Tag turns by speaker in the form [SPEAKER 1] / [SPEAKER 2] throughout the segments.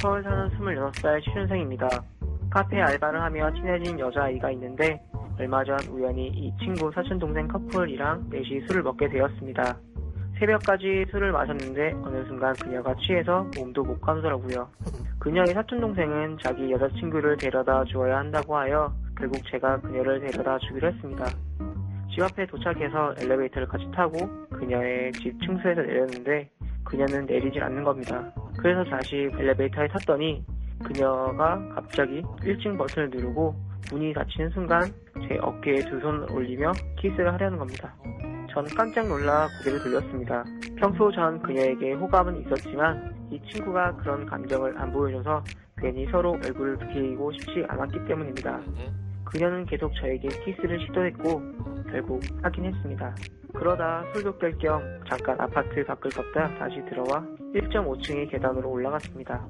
[SPEAKER 1] 서울 사는 26살 취준생입니다. 카페 알바를 하며 친해진 여자아이가 있는데 얼마 전 우연히 이 친구 사촌동생 커플이랑 넷이 술을 먹게 되었습니다. 새벽까지 술을 마셨는데 어느 순간 그녀가 취해서 몸도 못 가누더라고요. 그녀의 사촌동생은 자기 여자친구를 데려다 주어야 한다고 하여 결국 제가 그녀를 데려다 주기로 했습니다. 집 앞에 도착해서 엘리베이터를 같이 타고 그녀의 집 층수에서 내렸는데 그녀는 내리질 않는 겁니다. 그래서 다시 엘리베이터에 탔더니 그녀가 갑자기 1층 버튼을 누르고 문이 닫히는 순간 제 어깨에 두 손 올리며 키스를 하려는 겁니다. 전 깜짝 놀라 고개를 돌렸습니다. 평소 전 그녀에게 호감은 있었지만 이 친구가 그런 감정을 안 보여줘서 괜히 서로 얼굴을 부끼고 싶지 않았기 때문입니다. 그녀는 계속 저에게 키스를 시도했고 결국 하긴 했습니다. 그러다 술도 깰 겸 잠깐 아파트 밖을 걷다 다시 들어와 1.5층의 계단으로 올라갔습니다.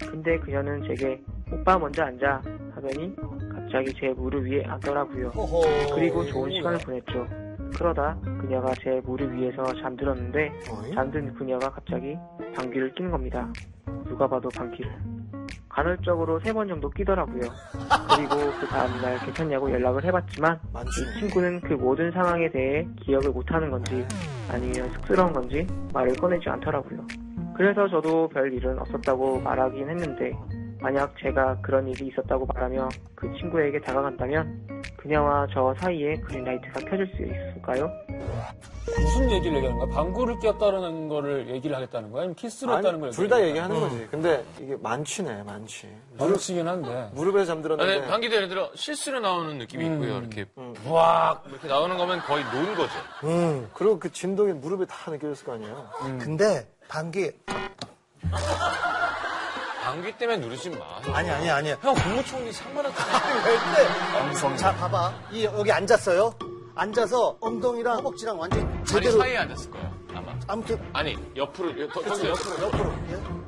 [SPEAKER 1] 근데 그녀는 제게 오빠 먼저 앉아 하더니 갑자기 제 무릎 위에 앉더라고요.
[SPEAKER 2] 호호.
[SPEAKER 1] 그리고 좋은 시간을 보냈죠. 그러다 그녀가 제 무릎 위에서 잠들었는데
[SPEAKER 2] 어이?
[SPEAKER 3] 아,
[SPEAKER 1] 잠든 그녀가 갑자기 방귀를 뀌는 겁니다. 누가 봐도 방귀를. 간헐적으로 세 번 정도 끼더라고요. 그리고 그 다음날 괜찮냐고 연락을 해봤지만 이
[SPEAKER 2] 만취네.
[SPEAKER 1] 친구는 그 모든 상황에 대해 기억을 못하는 건지 아니면 쑥스러운 건지 말을 꺼내지 않더라고요. 그래서 저도 별 일은 없었다고 말하긴 했는데 만약 제가 그런 일이 있었다고 말하며 그 친구에게 다가간다면 그녀와 저 사이에 그린라이트가 켜질 수 있을까요?
[SPEAKER 3] 무슨 얘기를 얘기하는 거야? 방구를 꼈다는 거를 얘기를 하겠다는 거야? 아니면 키스를 했다는 그러니까.
[SPEAKER 2] 둘
[SPEAKER 3] 거야?
[SPEAKER 2] 다 얘기하는 거지. 근데 이게 만취네, 만취.
[SPEAKER 3] 그렇긴 한데.
[SPEAKER 2] 무릎에
[SPEAKER 4] 아니,
[SPEAKER 2] 잠들었는데.
[SPEAKER 4] 방귀도 예를 들어 실수로 나오는 느낌이
[SPEAKER 3] 음.
[SPEAKER 4] 있고요. 이렇게
[SPEAKER 3] 와,
[SPEAKER 4] 이렇게 나오는 거면 거의 논 거죠.
[SPEAKER 2] 음, 그리고 그 진동이 무릎에 다 느껴졌을 거 아니에요.
[SPEAKER 5] 근데 방귀
[SPEAKER 4] 방귀 때문에 누르지 마.
[SPEAKER 5] 아니 아니 아니
[SPEAKER 4] 형 국무총리 상관없잖아.
[SPEAKER 5] 절대 자 봐봐 이 여기 앉았어요 앉아서 엉덩이랑 허벅지랑 완전
[SPEAKER 4] 다리
[SPEAKER 5] 제대로
[SPEAKER 4] 사이에 앉았을 거야. 아마.
[SPEAKER 5] 아무튼
[SPEAKER 4] 아니 옆으로 더, 더 옆으로
[SPEAKER 5] 옆으로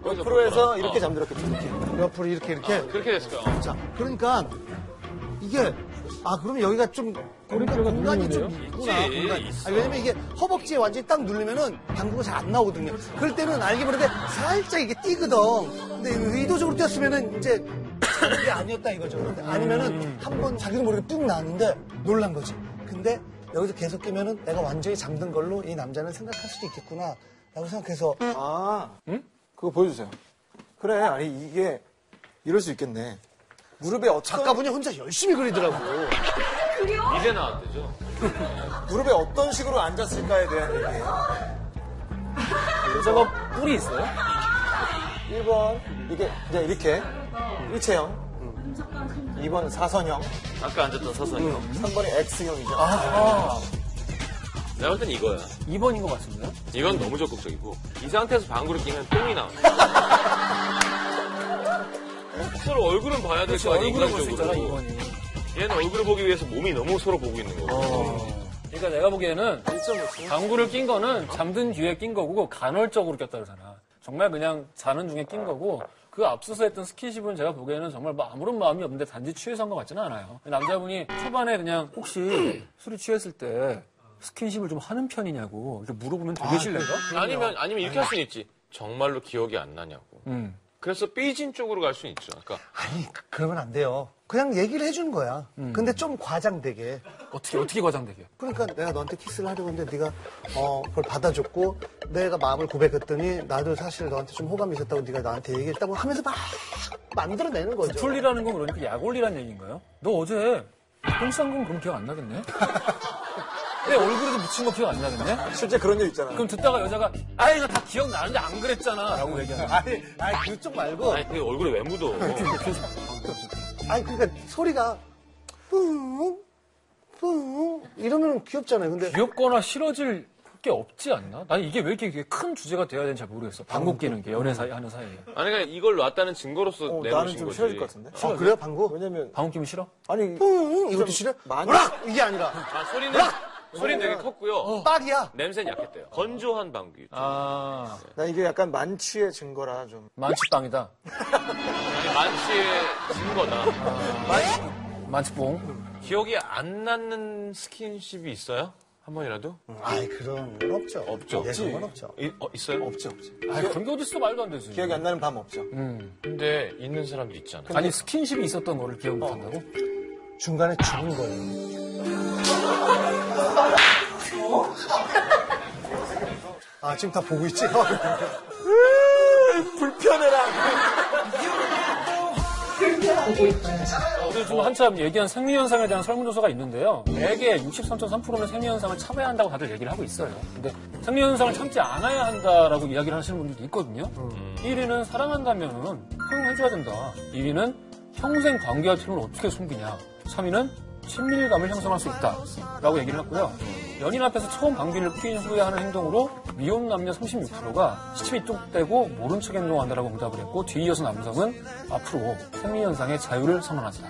[SPEAKER 4] 거기서
[SPEAKER 2] 프로에서 이렇게
[SPEAKER 4] 어,
[SPEAKER 2] 잠들었겠죠. 이렇게.
[SPEAKER 5] 예? 옆으로 이렇게 이렇게
[SPEAKER 4] 그렇게 됐을 거야. 어.
[SPEAKER 5] 자 그러니까 이게 아 그럼 여기가 좀 그러니까 공간이 좀 있구나
[SPEAKER 4] 있지,
[SPEAKER 5] 공간
[SPEAKER 4] 있어.
[SPEAKER 5] 아니, 왜냐면 이게 허벅지에 완전히 딱 누르면은 방구가 잘 안 나오거든요 그럴 때는 알게 모르게 살짝 이게 뛰거든 근데 의도적으로 뛰었으면은 이제 이게 아니었다 이거죠 근데 아니면은 한 번 자기도 모르게 뚝 나왔는데 놀란 거지 근데 여기서 계속 끼면은 내가 완전히 잠든 걸로 이 남자는 생각할 수도 있겠구나 라고 생각해서
[SPEAKER 2] 아, 그거 보여주세요. 그래, 아니, 이게, 이럴 수 있겠네. 무릎에 어떤,
[SPEAKER 5] 작가분이 혼자 열심히 그리더라고
[SPEAKER 4] 어. 이제 나왔대죠.
[SPEAKER 2] 무릎에 어떤 식으로 앉았을까에 대한 얘기예요.
[SPEAKER 3] 여자가 그 뿔이 있어요?
[SPEAKER 2] 1번, 이게, 이제 이렇게. 일체형. 2번, 사선형.
[SPEAKER 4] 아까 앉았던 사선이.
[SPEAKER 2] 3번이 X형이죠. 아,
[SPEAKER 4] 내가 볼 땐 이거야.
[SPEAKER 3] 2번인 것 같은데요?
[SPEAKER 4] 이건 너무 적극적이고 이 상태에서 방구를 끼면 똥이 나와. 서로 얼굴은 봐야 될 거 아니야
[SPEAKER 3] 얼굴을 볼수 있잖아,
[SPEAKER 4] 인간적으로.
[SPEAKER 3] 2번이.
[SPEAKER 4] 얘는 얼굴을 보기 위해서 몸이 너무 서로 보고 있는 거고.
[SPEAKER 3] 그러니까 내가 보기에는 방구를 낀 거는 잠든 뒤에 낀 거고 간헐적으로 꼈다 그러잖아. 정말 그냥 자는 중에 낀 거고 그 앞서서 했던 스킨십은 제가 보기에는 정말 뭐 아무런 마음이 없는데 단지 취해서 한 것 같지는 않아요. 남자분이 초반에 그냥 혹시 술이 취했을 때 스킨십을 좀 하는 편이냐고 이렇게 물어보면 되게 실례가?
[SPEAKER 4] 아니면 아니면 이렇게 할 수는 있지. 정말로 기억이 안 나냐고.
[SPEAKER 3] 음.
[SPEAKER 4] 그래서 삐진 쪽으로 갈 수는 있죠. 그러니까
[SPEAKER 5] 아니 그- 그러면 안 돼요. 그냥 얘기를 해준 거야. 근데 좀 과장되게.
[SPEAKER 3] 어떻게 어떻게 과장되게?
[SPEAKER 5] 그러니까 내가 너한테 키스를 하려고 했는데 네가 어 그걸 받아줬고 내가 마음을 고백했더니 나도 사실 너한테 좀 호감이 있었다고 네가 나한테 얘기했다고 하면서 막 만들어내는 거죠.
[SPEAKER 3] 풀리라는 건 그러니까 약올리라는 얘기인가요? 너 어제 똥싼건 그럼 기억 안 나겠네? 내 얼굴에도 묻힌 거 기억 안 나겠네?
[SPEAKER 2] 실제 그런 일 있잖아.
[SPEAKER 3] 그럼 듣다가 여자가 아 이거 다 기억나는데 안 그랬잖아 라고 얘기하는 거야
[SPEAKER 5] 아니, 아니 그쪽
[SPEAKER 2] 어.
[SPEAKER 5] 말고.
[SPEAKER 4] 아니 근데 얼굴에 왜 묻어?
[SPEAKER 5] 아니 그러니까 소리가 뿡, 뿡 이러면 귀엽잖아요. 근데
[SPEAKER 3] 귀엽거나 싫어질 게 없지 않나? 난 이게 왜 이렇게 이게 큰 주제가 돼야 되는지 잘 모르겠어 방귀 끼는 게 연애 사이 하는 사이에
[SPEAKER 4] 아니 그러니까 이걸 놨다는 증거로서
[SPEAKER 2] 어, 나는
[SPEAKER 4] 내놓으신
[SPEAKER 2] 좀
[SPEAKER 4] 네, 거지.
[SPEAKER 2] 싫어질 것 같은데.
[SPEAKER 5] 아 그래요 방구?
[SPEAKER 2] 왜냐면,
[SPEAKER 3] 방귀 끼면 싫어?
[SPEAKER 2] 아니,
[SPEAKER 5] 뿡 이것도 싫어?
[SPEAKER 2] 많이-
[SPEAKER 5] 으락 이게 아니라 어.
[SPEAKER 4] 아 소리는 소리는 되게 컸고요.
[SPEAKER 5] 빡이야.
[SPEAKER 4] 냄새는 약했대요. 건조한 방귀.
[SPEAKER 3] 아
[SPEAKER 2] 난 이게 약간 만취의 증거라 좀.
[SPEAKER 3] 만취빵이다
[SPEAKER 4] 아니 만취의 증거다.
[SPEAKER 3] 만취뽕
[SPEAKER 4] 기억이 안 나는 스킨십이 있어요? 한 번이라도?
[SPEAKER 5] 아이, 그런 건 없죠.
[SPEAKER 4] 없죠.
[SPEAKER 5] 음. 예, 그런 건 없죠.
[SPEAKER 4] 이- 어, 있어요?
[SPEAKER 2] 없지, 없지.
[SPEAKER 3] 아, 그런 게 어딨어 말도 안 되지.
[SPEAKER 2] 기억이 안 나는 밤 없죠.
[SPEAKER 3] 음.
[SPEAKER 4] 근데 있는 사람도 있잖아.
[SPEAKER 3] 아니 스킨십이 있었던 거를 기억 못 한다고?
[SPEAKER 2] 어.
[SPEAKER 5] 중간에 죽은 거예요. 아, 지금 다 보고 있지?
[SPEAKER 3] 요즘
[SPEAKER 2] 어.
[SPEAKER 3] 한참 얘기한 생리현상에 대한 설문조사가 있는데요. 대개 63.3%는 생리현상을 참아야 한다고 다들 얘기를 하고 있어요. 근데 생리현상을 참지 않아야 한다라고 이야기를 하시는 분들도 있거든요.
[SPEAKER 2] 음.
[SPEAKER 3] 1위는 사랑한다면 허용해줘야 된다. 2위는 평생 관계와 틀을 어떻게 숨기냐. 3위는 친밀감을 형성할 수 있다. 라고 얘기를 했고요. 연인 앞에서 처음 방귀를 핀 후에 하는 행동으로 미혼 남녀 36%가 시침이 뚝떼고 모른 척 행동한다라고 응답을 했고 뒤이어서 남성은 앞으로 생리현상의 자유를 선언하자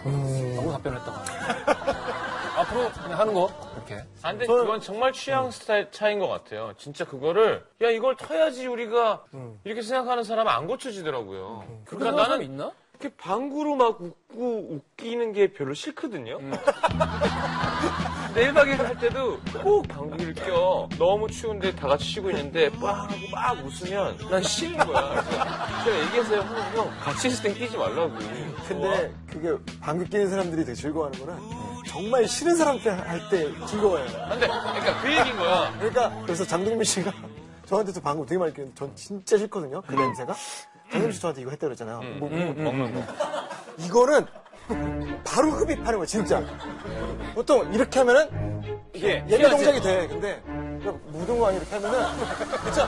[SPEAKER 3] 라고 답변을 했다고 합니다. 앞으로 그냥 하는 거 이렇게
[SPEAKER 4] 아, 근데 그건 정말
[SPEAKER 5] 음.
[SPEAKER 4] 취향 스타일 차이인 것 같아요. 진짜 그거를 야 이걸 터야지 우리가
[SPEAKER 5] 음.
[SPEAKER 4] 이렇게 생각하는 사람은 안 고쳐지더라고요.
[SPEAKER 3] 그런
[SPEAKER 4] 그러니까
[SPEAKER 3] 사람
[SPEAKER 4] 나는
[SPEAKER 3] 있나?
[SPEAKER 4] 이렇게 방구로 막 웃고 웃기는 게 별로 싫거든요. 근데 1박 2일 할 때도 꼭 방귀를 껴. 너무 추운데 다 같이 쉬고 있는데 빵 하고 막 웃으면 난 싫은 거야. 그래서 제가 얘기했어요. 형, 형, 같이 있을 땐 끼지 말라고.
[SPEAKER 2] 근데 그게 방귀 끼는 사람들이 되게 즐거워하는 거는 정말 싫은 사람한테 할 때 즐거워해요.
[SPEAKER 4] 근데 그러니까 그 얘기인 거야.
[SPEAKER 2] 그러니까 그래서 장동민 씨가 저한테도 방금 되게 많이 끼는데 전 진짜 싫거든요. 그 냄새가. 장동민 씨 저한테 이거 했다 그랬잖아요. 뭐,
[SPEAKER 4] 먹는 거.
[SPEAKER 2] 이거는 바로 흡입하는 거야 진짜. 보통 이렇게 하면은
[SPEAKER 4] 이게
[SPEAKER 2] 예배 동작이 돼. 근데 무등왕 이렇게 하면은 진짜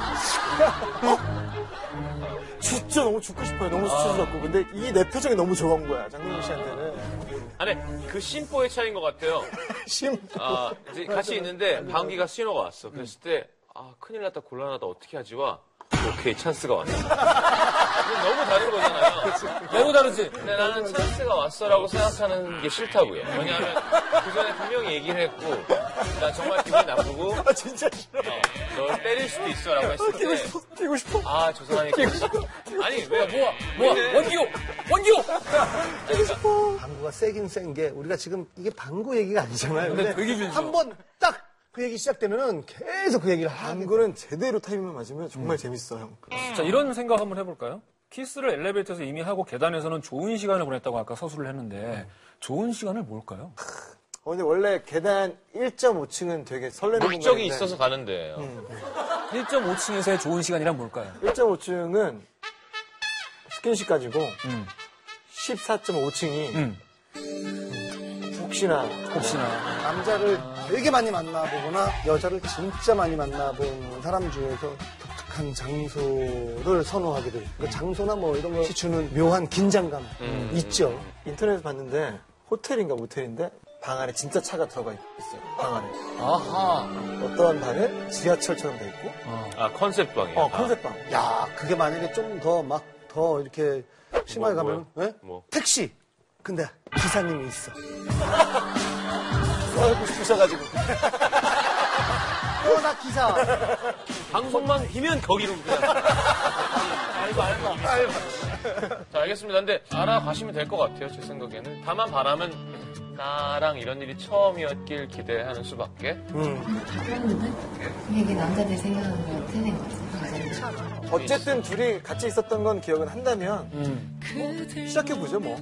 [SPEAKER 2] 어? 진짜 너무 죽고 싶어요. 너무 수치스럽고. 근데 이 내 표정이 너무 좋은 거야 장동민 씨한테는.
[SPEAKER 4] 아니 그 심보의 차이인 것 같아요.
[SPEAKER 2] 심.
[SPEAKER 4] 아, 이제 같이 있는데 방귀가 신호가 왔어. 그랬을 때, 아, 큰일 났다, 곤란하다, 어떻게 하지? 와. 오케이, 찬스가 왔어. 이건 너무 다른 거잖아요.
[SPEAKER 3] 매우 다르지?
[SPEAKER 4] 근데 나는 찬스가 왔어라고 생각하는 게 싫다고요. 왜냐하면 그 전에 분명히 얘기를 했고, 나 정말 기분이 나쁘고,
[SPEAKER 2] 아 진짜 싫어.
[SPEAKER 4] 어, 널 때릴 수도 있어라고 했을
[SPEAKER 2] 끼고
[SPEAKER 4] 때,
[SPEAKER 2] 싶어. 끼고 싶어.
[SPEAKER 4] 아, 저 사람이. 아니, 왜, 뭐야,
[SPEAKER 3] 뭐야
[SPEAKER 4] 뭐야,
[SPEAKER 3] 원기호! 원기호!
[SPEAKER 5] 방구가 세긴 센 게 우리가 지금 이게 방구 얘기가 아니잖아요.
[SPEAKER 3] 근데 네, 되게 길죠.
[SPEAKER 5] 한번 딱 그 얘기 시작되면은 계속 그 얘기를 하는 거.
[SPEAKER 2] 이거는 제대로 타이밍만 맞으면 정말 재밌어 형.
[SPEAKER 3] 자 이런 생각 한번 해볼까요? 키스를 엘리베이터에서 이미 하고 계단에서는 좋은 시간을 보냈다고 아까 서술을 했는데 좋은 시간을 뭘까요?
[SPEAKER 2] 어, 근데 원래 계단 1.5층은 되게 설레는
[SPEAKER 4] 목적이
[SPEAKER 2] 공간인데
[SPEAKER 4] 있어서 가는 데예요
[SPEAKER 2] 음.
[SPEAKER 3] 1.5층에서의 좋은 시간이란 뭘까요?
[SPEAKER 2] 1.5층은 스킨십까지고
[SPEAKER 4] 음.
[SPEAKER 2] 14.5층이
[SPEAKER 3] 음.
[SPEAKER 2] 혹시나
[SPEAKER 3] 혹시나
[SPEAKER 5] 남자를 되게 많이 만나보거나 여자를 진짜 많이 만나본 사람 중에서 독특한 장소를 선호하게 돼요. 그 장소나 뭐 이런
[SPEAKER 3] 음.
[SPEAKER 5] 것이 주는 묘한 긴장감 있죠.
[SPEAKER 2] 인터넷에서 봤는데 호텔인가 모텔인데 방 안에 진짜 차가 들어가 있어요. 방 안에
[SPEAKER 3] 아하
[SPEAKER 2] 어떠한 방에 지하철처럼 돼 있고
[SPEAKER 4] 아, 컨셉 방이에요.
[SPEAKER 2] 어 컨셉 방.
[SPEAKER 4] 아,
[SPEAKER 5] 야, 그게 만약에 좀 더 막 더 이렇게 심하게
[SPEAKER 4] 뭐,
[SPEAKER 5] 가면
[SPEAKER 4] 뭐요?
[SPEAKER 5] 예?
[SPEAKER 4] 뭐.
[SPEAKER 5] 택시. 근데 기사님이 있어.
[SPEAKER 2] 뭐 하고 싶으셔가지고
[SPEAKER 5] 어, 나 기사.
[SPEAKER 4] 아, 방송만 비면 거기로 그냥. 알고, 알고, 알고. 자, 알겠습니다. 근데 알아가시면 될 것 같아요, 제 생각에는. 다만 바람은 나랑 이런 일이 처음이었길 기대하는 수밖에.
[SPEAKER 6] 그러면은 이게 남자들 생각하는 거랑 틀린 거지. 남자들.
[SPEAKER 4] 아, 음.
[SPEAKER 2] 어쨌든 둘이 같이 있었던 건 기억은 한다면 시작해 보죠 뭐.